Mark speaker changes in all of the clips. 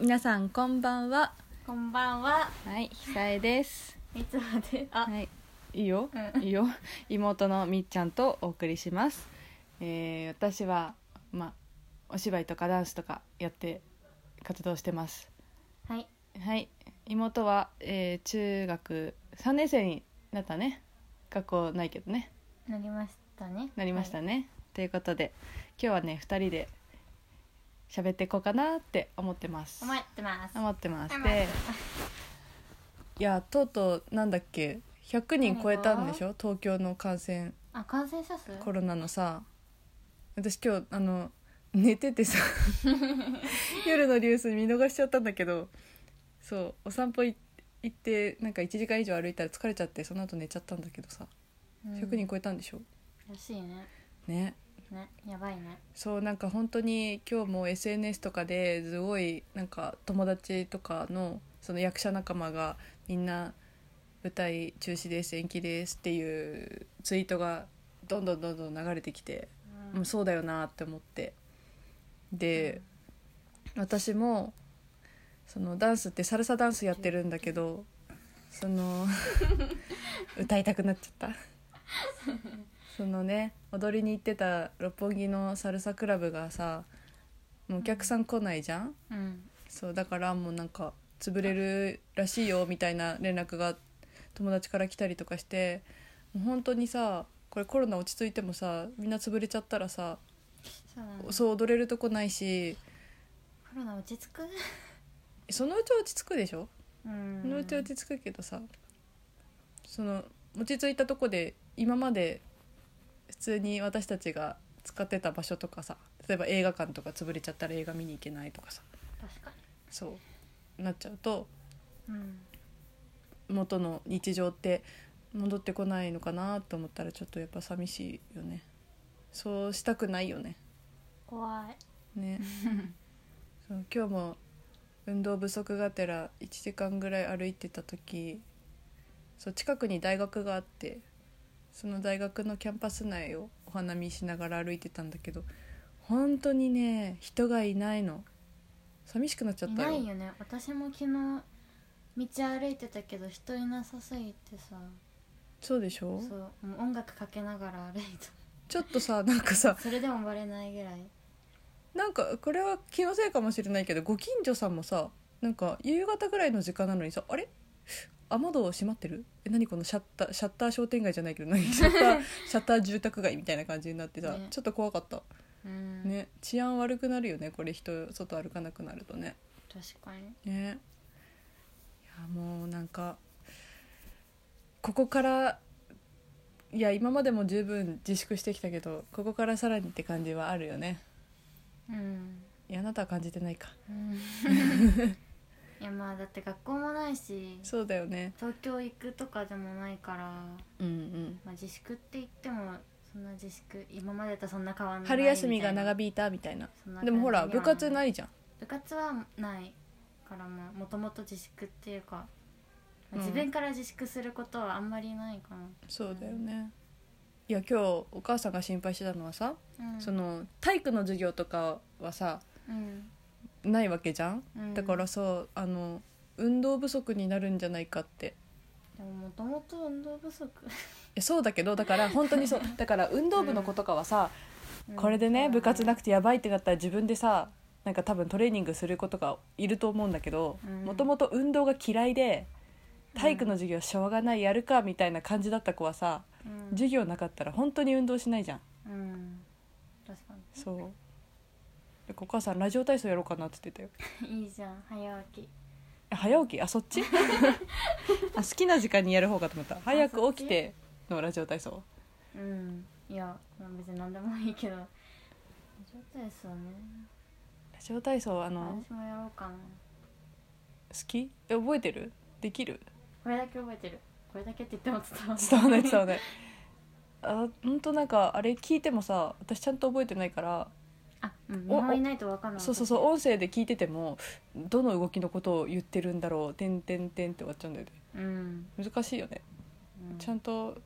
Speaker 1: 皆さんこんばんは。
Speaker 2: こんばんは。
Speaker 1: はい、久江です。
Speaker 2: いつまで。あ、
Speaker 1: はい、いいよ、
Speaker 2: うん
Speaker 1: いいよ。妹のみっちゃんとお送りします。えー、私はまあお芝居とかダンスとかやって活動してます。
Speaker 2: はい。
Speaker 1: はい、妹は、えー、中学三年生になったね。学校ないけどね。
Speaker 2: なりましたね。
Speaker 1: なりました
Speaker 2: は
Speaker 1: ね、ということで今日はね2人で喋っていこうかなって思ってます
Speaker 2: い。思ってます。
Speaker 1: 思ってます
Speaker 2: 思って
Speaker 1: でいやとうとうなんだっけ100人超えたんでしょ東京の感染
Speaker 2: あ、感染者数。
Speaker 1: コロナのさ私今日あの寝て てさ夜のニュース見逃しちゃったんだけどそうお散歩い行ってなんか1時間以上歩いたら疲れちゃってその後寝ちゃったんだけどさ
Speaker 2: うん
Speaker 1: 100人超えたんでしょ、
Speaker 2: らしいね。
Speaker 1: ね
Speaker 2: ね、やばいね。
Speaker 1: そうなんか本当に今日も SNS とかですごいなんか友達とかのその役者仲間がみんな舞台中止です延期ですっていうツイートがどんどんどんどん流れてきて、
Speaker 2: う
Speaker 1: うんん、そうだよなって思ってで、私もそのダンスってサルサダンスやってるんだけどその歌いたくなっちゃったそのね踊りに行ってた六本木のサルサクラブがさもうお客さん来ないじゃん
Speaker 2: うん。
Speaker 1: そうだからもうなんか潰れるらしいよみたいな連絡が友達から来たりとかしてもう本当にさこれコロナ落ち着いてもさみんな潰れちゃったらさ
Speaker 2: そうだね。コ
Speaker 1: そう踊れるとこないし
Speaker 2: ロナ落ち着く。
Speaker 1: そのうち落ち着くでしょ
Speaker 2: うん
Speaker 1: そのうち落ち着くけどさその落ち着いたとこで今まで普通に私たちが使ってた場所とかさ例えば映画館とか潰れちゃったら映画見に行けないとかさ
Speaker 2: 確か
Speaker 1: そうなっちゃうと
Speaker 2: に。うん。
Speaker 1: 元の日常って戻ってこないのかなと思ったらちょっとやっぱ寂しいよねそうしたくないよね
Speaker 2: 怖い。
Speaker 1: ねそう今日も運動不足がてら1時間ぐらい歩いてた時そう近くに大学があってその大学のキャンパス内をお花見しながら歩いてたんだけど本当にね人がいないの寂しくなっちゃ
Speaker 2: い
Speaker 1: った
Speaker 2: ないよね。私も昨日。道歩いてたけど人いなさすぎてさ
Speaker 1: そうでしょ
Speaker 2: そうもう音楽かけながら歩い
Speaker 1: ちょっとさなんかさ
Speaker 2: たそれでもバレないぐらい
Speaker 1: なんかこれは気のせいかもしれないけどご近所さんもさなんか夕方ぐらいの時間なのにさあれ雨戸閉まってるえ何このシャッターシャッター商店街じゃないけど何シャッタ ーシャッター住宅街みたいな感じになってさ、
Speaker 2: ね
Speaker 1: ちょっと怖かった
Speaker 2: うん
Speaker 1: ね治安悪くなるよねこれ人外歩かなくなるとね
Speaker 2: 確かに
Speaker 1: ねいやもうなんかここからいや今までも十分自粛してきたけどここからさらにって感じはあるよね
Speaker 2: うん
Speaker 1: いやあなたは感じてないか
Speaker 2: うん いやまあだって学校もないし
Speaker 1: そうだよね
Speaker 2: 東京行くとかでもないから、
Speaker 1: うんうん
Speaker 2: まあ、自粛って言ってもそんな自粛今までとそんな変わんない
Speaker 1: 春休みが長
Speaker 2: み
Speaker 1: 引いたみたいな
Speaker 2: たいな
Speaker 1: でもほら部活ないいじゃん
Speaker 2: 部活はないからまあもともと自粛っていうか、
Speaker 1: う
Speaker 2: まあ
Speaker 1: ん
Speaker 2: 自分から自粛することはあんまりないか
Speaker 1: そうだよねいや今日お母さんが心配してたのはさ、
Speaker 2: な、うん、
Speaker 1: その体育の授業とかはさ
Speaker 2: うん、
Speaker 1: ないわけじゃん
Speaker 2: うん
Speaker 1: だからさあの運動不足になるんじゃないかって
Speaker 2: でももともと運動不足
Speaker 1: えそうだけどだから本当に そうだから運動部の子とかはさ、これでね部活な
Speaker 2: て
Speaker 1: くてやばいってなったら自分でさなんか多分トレーニングすることがいると思うんだけど
Speaker 2: うん
Speaker 1: もともと運動が嫌いで体育の授業しょうがないやるかみたいな感じだった子はさ
Speaker 2: うん、
Speaker 1: 授業なかったら本当に運動しないじゃん
Speaker 2: うん、確か
Speaker 1: そうでお母さんラジオ体操やろうかなって言ってたよ
Speaker 2: に いいじゃん早起き
Speaker 1: え早起きあそっ ちあ好きな時間にやる方かと思った早く起きてのラジオ体操
Speaker 2: うんいやまあ別に何でもいいけどちょっとですよね
Speaker 1: ラジオ体操あの
Speaker 2: 私もやろうかな
Speaker 1: 好きえ覚えてるできる
Speaker 2: これだけ覚えてるこれだけって言っても伝わ
Speaker 1: 伝わんない伝わ
Speaker 2: わ
Speaker 1: んない あ本当なんかあれ聞いてもさ私ちゃんと覚えてないから、
Speaker 2: あうん
Speaker 1: お
Speaker 2: 見守りないと分かんない
Speaker 1: そうそうそう音声で聞いててもどの動きのことを言ってるんだろう「てんてんてん」って終わっちゃうんだよね
Speaker 2: うん、
Speaker 1: 難しいよね
Speaker 2: うん、
Speaker 1: ちゃんと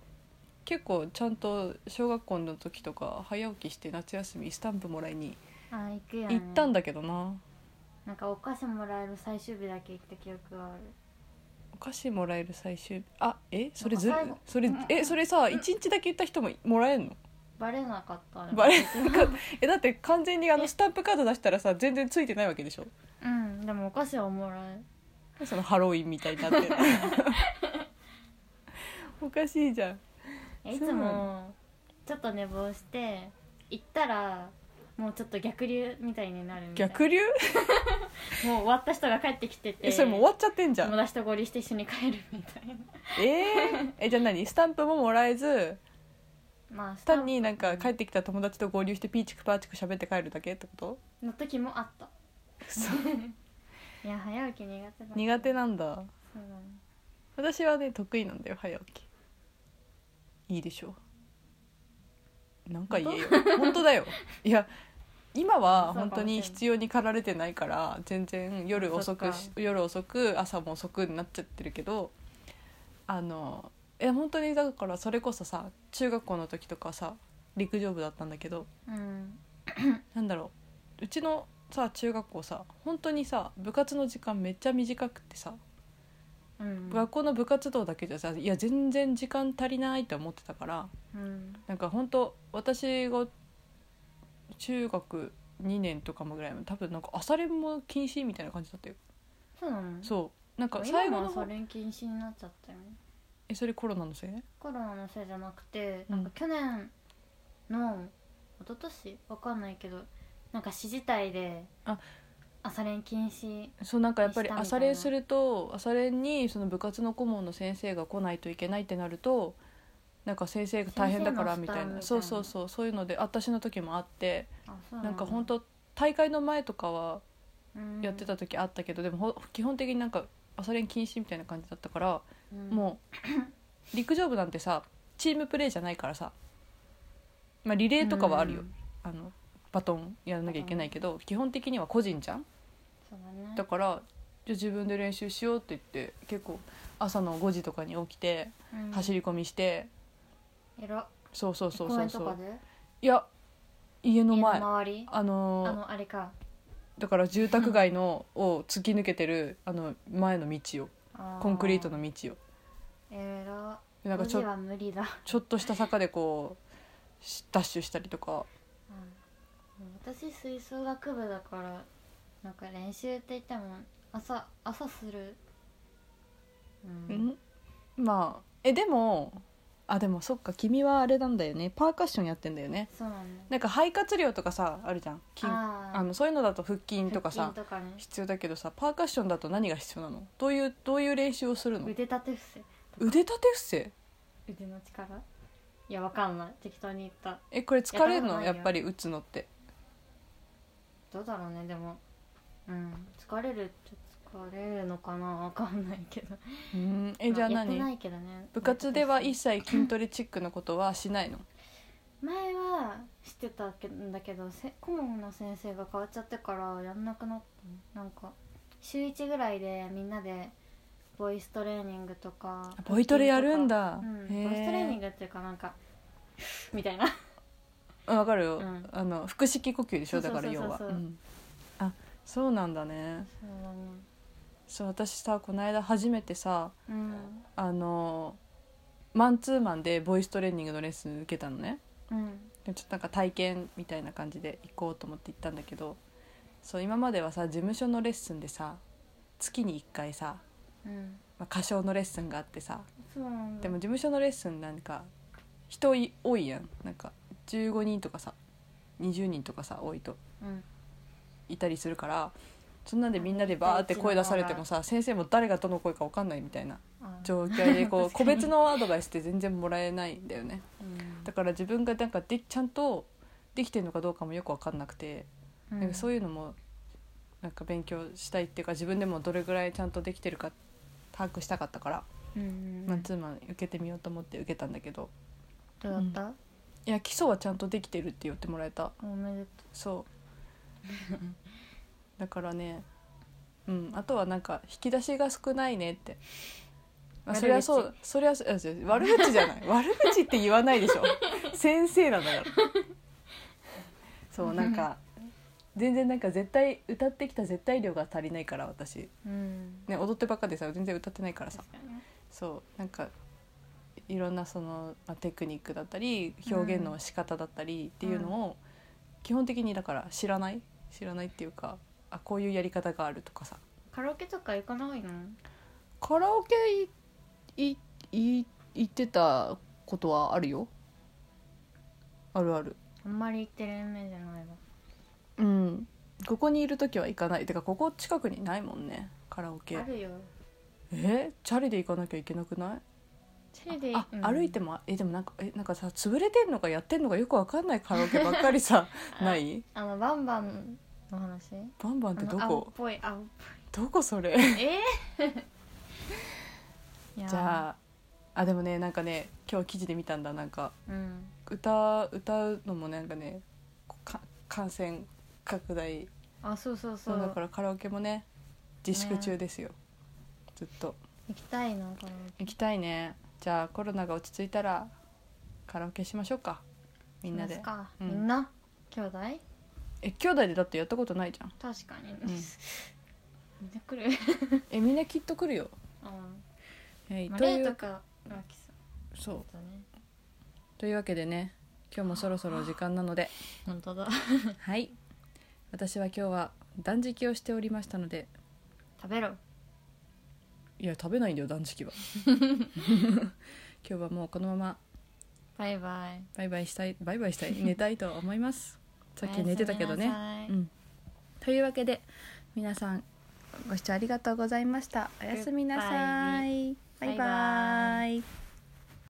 Speaker 1: 結構ちゃんと小学校の時とか早起きして夏休みスタンプもらいに
Speaker 2: あ行くよ、ね、
Speaker 1: 行ったんだけどな、
Speaker 2: なんかお菓子もらえる最終日だけ行った記憶がある
Speaker 1: お菓子もらえる最終日あえそれずる
Speaker 2: なんか最後
Speaker 1: それえそれさ一日だけ言った人ももらえんの
Speaker 2: バレなかった
Speaker 1: バレ なかったえだって完全にあのスタンプカード出したらさ全然ついてないわけでしょ
Speaker 2: うんでもお菓子はもらえ
Speaker 1: そのハロウィンみたいになってる おかしいじゃん
Speaker 2: えい
Speaker 1: そう
Speaker 2: つ
Speaker 1: な
Speaker 2: もちょっと寝坊して行ったらもうちょっと逆流みたいになるみたいな
Speaker 1: 逆流
Speaker 2: もう終わった人が帰ってきてて
Speaker 1: えそれもう終わっちゃってんじゃん
Speaker 2: 友達と合流して一緒に帰るみたいな
Speaker 1: えー、 えじゃあ何スタンプももらえず
Speaker 2: まあ
Speaker 1: 単になんか帰ってきた友達と合流してピーチクパーチク喋って帰るだけってこと
Speaker 2: の時もあった
Speaker 1: そう
Speaker 2: いや早起き苦手だ
Speaker 1: 苦手なんだ
Speaker 2: そうだね
Speaker 1: 私はね得意なんだよ早起きいいでしょうなんか言えよ本当だ よいや今は
Speaker 2: そうかもしれない
Speaker 1: 本当に必要に駆られてないから全然夜遅
Speaker 2: そっ
Speaker 1: く
Speaker 2: か
Speaker 1: し夜遅く朝も遅くになっちゃってるけどあのえ本当にだからそれこそさ中学校の時とかさ陸上部だったんだけど
Speaker 2: うん
Speaker 1: なんだろううちのさ中学校さ本当にさ部活の時間めっちゃ短くてさ
Speaker 2: うん
Speaker 1: 学校の部活動だけじゃさいや全然時間足りないって思ってたから
Speaker 2: うん
Speaker 1: なんか本当私が中学2年とかもぐらいも多分なんか朝練も禁止みたいな感じだったよ、
Speaker 2: そうなの
Speaker 1: そうなんか最
Speaker 2: 最
Speaker 1: 後
Speaker 2: 後
Speaker 1: の
Speaker 2: の
Speaker 1: 方
Speaker 2: それ禁止になっちゃったよね
Speaker 1: えそれコロナのせい
Speaker 2: コロナのせいじゃなくて、
Speaker 1: うん
Speaker 2: なんか去年の一昨年わかんないけどなんか市自体で
Speaker 1: あ
Speaker 2: 朝練禁止
Speaker 1: そうなんかやっぱり
Speaker 2: したみたいな
Speaker 1: 朝練すると朝練にその部活の顧問の先生が来ないといけないってなるとなんか先生が大変だからみたいな
Speaker 2: 先生の負
Speaker 1: そう
Speaker 2: 担
Speaker 1: そうそうそういうので私の時もあって
Speaker 2: あそう
Speaker 1: なんか本
Speaker 2: 当
Speaker 1: 当大会の前とかはやって、た時あったけど、でもほ基本的になんか朝練禁止みたいな感じだったから、
Speaker 2: うん
Speaker 1: も う陸上部なんてさチームプレーじゃないからさ、まあ、リレーとかはあるよ、
Speaker 2: うん
Speaker 1: あのバトンやらなきゃいけないけど基本的には個人じゃん
Speaker 2: そうだね
Speaker 1: だからじゃあ自分で練習しようって言って結構朝の5時とかに起きて
Speaker 2: うん
Speaker 1: 走り込みして、
Speaker 2: えら
Speaker 1: そうそうそう
Speaker 2: 公
Speaker 1: そ
Speaker 2: 園
Speaker 1: う
Speaker 2: と
Speaker 1: そ
Speaker 2: か
Speaker 1: う
Speaker 2: で
Speaker 1: いや家の
Speaker 2: 家の
Speaker 1: 前
Speaker 2: 周り
Speaker 1: あのー
Speaker 2: あのあれか
Speaker 1: だから住宅街のを突き抜けてるあの前の道を
Speaker 2: あ
Speaker 1: コンクリートの道を
Speaker 2: えら
Speaker 1: でなんかち
Speaker 2: 5
Speaker 1: ょ
Speaker 2: 時は無理だ、
Speaker 1: ちょっとした坂でこうしダッシュしたりとか
Speaker 2: うん私吹奏楽部だからなんか練習って言っても朝朝するうん
Speaker 1: んまあえでもあでもそっか君はあれなんだよねパーカッションやってんだよね
Speaker 2: そうなんだ
Speaker 1: なんか肺活量とかさあるじゃん筋あ
Speaker 2: あー
Speaker 1: のそういうのだと腹筋とかさ
Speaker 2: 腹筋とかね
Speaker 1: 必要だけどさパーカッションだと何が必要なのどういうどういう練習をするの
Speaker 2: 腕立て伏せ
Speaker 1: 腕立て伏せ
Speaker 2: 腕の力いやわかんない適当に言った
Speaker 1: えこれ疲れる
Speaker 2: やったこと
Speaker 1: の
Speaker 2: ない
Speaker 1: や
Speaker 2: よ
Speaker 1: っぱり打つのって
Speaker 2: どうだろうねでもうん疲れるって疲れるのかなわかんないけど
Speaker 1: うんえじゃあ
Speaker 2: まやって
Speaker 1: 何
Speaker 2: ないけどね
Speaker 1: 部活では一
Speaker 2: 切
Speaker 1: 切筋トレチックのことはしないの
Speaker 2: 前はしてたけんだけどせ顧問の先生が変わっちゃってからやんなくなったなんか週1ぐらいでみんなでボイストレーニングとか
Speaker 1: ボイトレやるんだ
Speaker 2: うん、
Speaker 1: へー
Speaker 2: ボイストレーニングっていうかなんか みたいな
Speaker 1: あわかるよ、
Speaker 2: うん
Speaker 1: あの腹式呼吸でしょ
Speaker 2: そ
Speaker 1: だ
Speaker 2: うそ
Speaker 1: から
Speaker 2: うそう
Speaker 1: 要
Speaker 2: そう
Speaker 1: は、うんあそうなんだね
Speaker 2: そうだね
Speaker 1: そう私さこの間初めてさ
Speaker 2: うん
Speaker 1: あのマンツーマンでボイストレーニングのレッスン受けたのね
Speaker 2: うん
Speaker 1: でちょっとなんか体験みたいな感じで行こうと思って行ったんだけどそう今まではさ事務所のレッスンでさ月に1回さ、
Speaker 2: うん
Speaker 1: まあ、歌唱のレッスンがあってさ
Speaker 2: そうなんだ
Speaker 1: でも事務所のレッスンなんか人い多いやんなんか15人とかさ20人とかさ多いと
Speaker 2: うん
Speaker 1: いたりするからそんなんでみんなでバーって声出されてもさ先生も誰がどの声か分かんないみたいな
Speaker 2: あ
Speaker 1: 状況でこう
Speaker 2: 確
Speaker 1: 個
Speaker 2: かに
Speaker 1: 別のアドバイスって全然もらえないんだよね
Speaker 2: うん
Speaker 1: だから自分がなんかでちゃんとできてるのかどうかもよく分かんなくて、なんかそう
Speaker 2: い
Speaker 1: いうのもなんか勉強したいっていうか自分でもどれぐらいちゃんとできてるか把握したかったから、
Speaker 2: うんうん、
Speaker 1: マンツーマン受けてみようと思って受けたんだけど
Speaker 2: どうだった、
Speaker 1: いや基礎はちゃんとできてるって言ってもらえた
Speaker 2: おめでと
Speaker 1: そう だからねうんあとはなんか引き出しが少ないねって、まあ、
Speaker 2: 悪口
Speaker 1: そりゃそうそりゃそういや違う悪口じ ゃない悪口って言わ ないでしょ先生なんだからそうなんか全然なんか絶対歌ってきた絶対量が足りないから私、
Speaker 2: うん
Speaker 1: ね、踊ってばっかでさ全然歌ってないからさ
Speaker 2: 確かにね
Speaker 1: そうなんかいろんなその、まあ、テクニックだったり表現の仕方だったりっていうのを基本的にだから知らない知らないっていうかあこういうやり方があるとかさ
Speaker 2: カラオケとか行かないの
Speaker 1: カラオケいいい行ってたことはあるよあるある
Speaker 2: あんまり行ってるイメージないわ
Speaker 1: うんここにいる時は行かないてかここ近くにないもんねカラオケ
Speaker 2: あるよ
Speaker 1: えチャリで行かなきゃいけなくない
Speaker 2: チリで
Speaker 1: あ、
Speaker 2: うん
Speaker 1: 歩いてもえでもなんかえなんかさ潰れてんのかやってんのかよくわかんないカラオケばっかり さない
Speaker 2: あのバンバンの話
Speaker 1: バンバンって
Speaker 2: あ
Speaker 1: ど
Speaker 2: の青っ
Speaker 1: こ
Speaker 2: ぽい青っ
Speaker 1: どこそれ
Speaker 2: ぽいえーいや ー
Speaker 1: じゃああでもねなんかね今日記事で見たんだなんか
Speaker 2: うん
Speaker 1: 歌歌うのもなんかねこうか感染拡大
Speaker 2: あそうそうそ
Speaker 1: そう
Speaker 2: う
Speaker 1: だからカラオケもね自粛中ですよ、ずっと
Speaker 2: 行きたいなこの
Speaker 1: 行きたいねじゃあコロナが落ち着いたらカラオケしましょうかみんなで
Speaker 2: しますか、
Speaker 1: うん
Speaker 2: みんな兄弟
Speaker 1: え兄弟でだってやったことないじゃん
Speaker 2: 確かに、
Speaker 1: ん
Speaker 2: みんな来る、
Speaker 1: えみんなきっと来るよ
Speaker 2: う
Speaker 1: はい
Speaker 2: ん、まあ
Speaker 1: とい
Speaker 2: レイと
Speaker 1: う
Speaker 2: かが来そ
Speaker 1: そう
Speaker 2: うだね
Speaker 1: というわけでね今日もそろそろお時間なの で
Speaker 2: 本当だ
Speaker 1: はい私は今日は断食をしておりましたので
Speaker 2: 食べろ
Speaker 1: いや食べないんだよ断 食は 今日はもうこのまま
Speaker 2: バイバイ
Speaker 1: バイバイしたいバイバイしたい寝たいと思い ますさっき
Speaker 2: おやすみ
Speaker 1: 寝てたけどね
Speaker 2: なさい
Speaker 1: うん、というわけで皆さんご視聴ありがとうございましたおやすみなさい
Speaker 2: バイ
Speaker 1: バイバ
Speaker 2: バ
Speaker 1: イ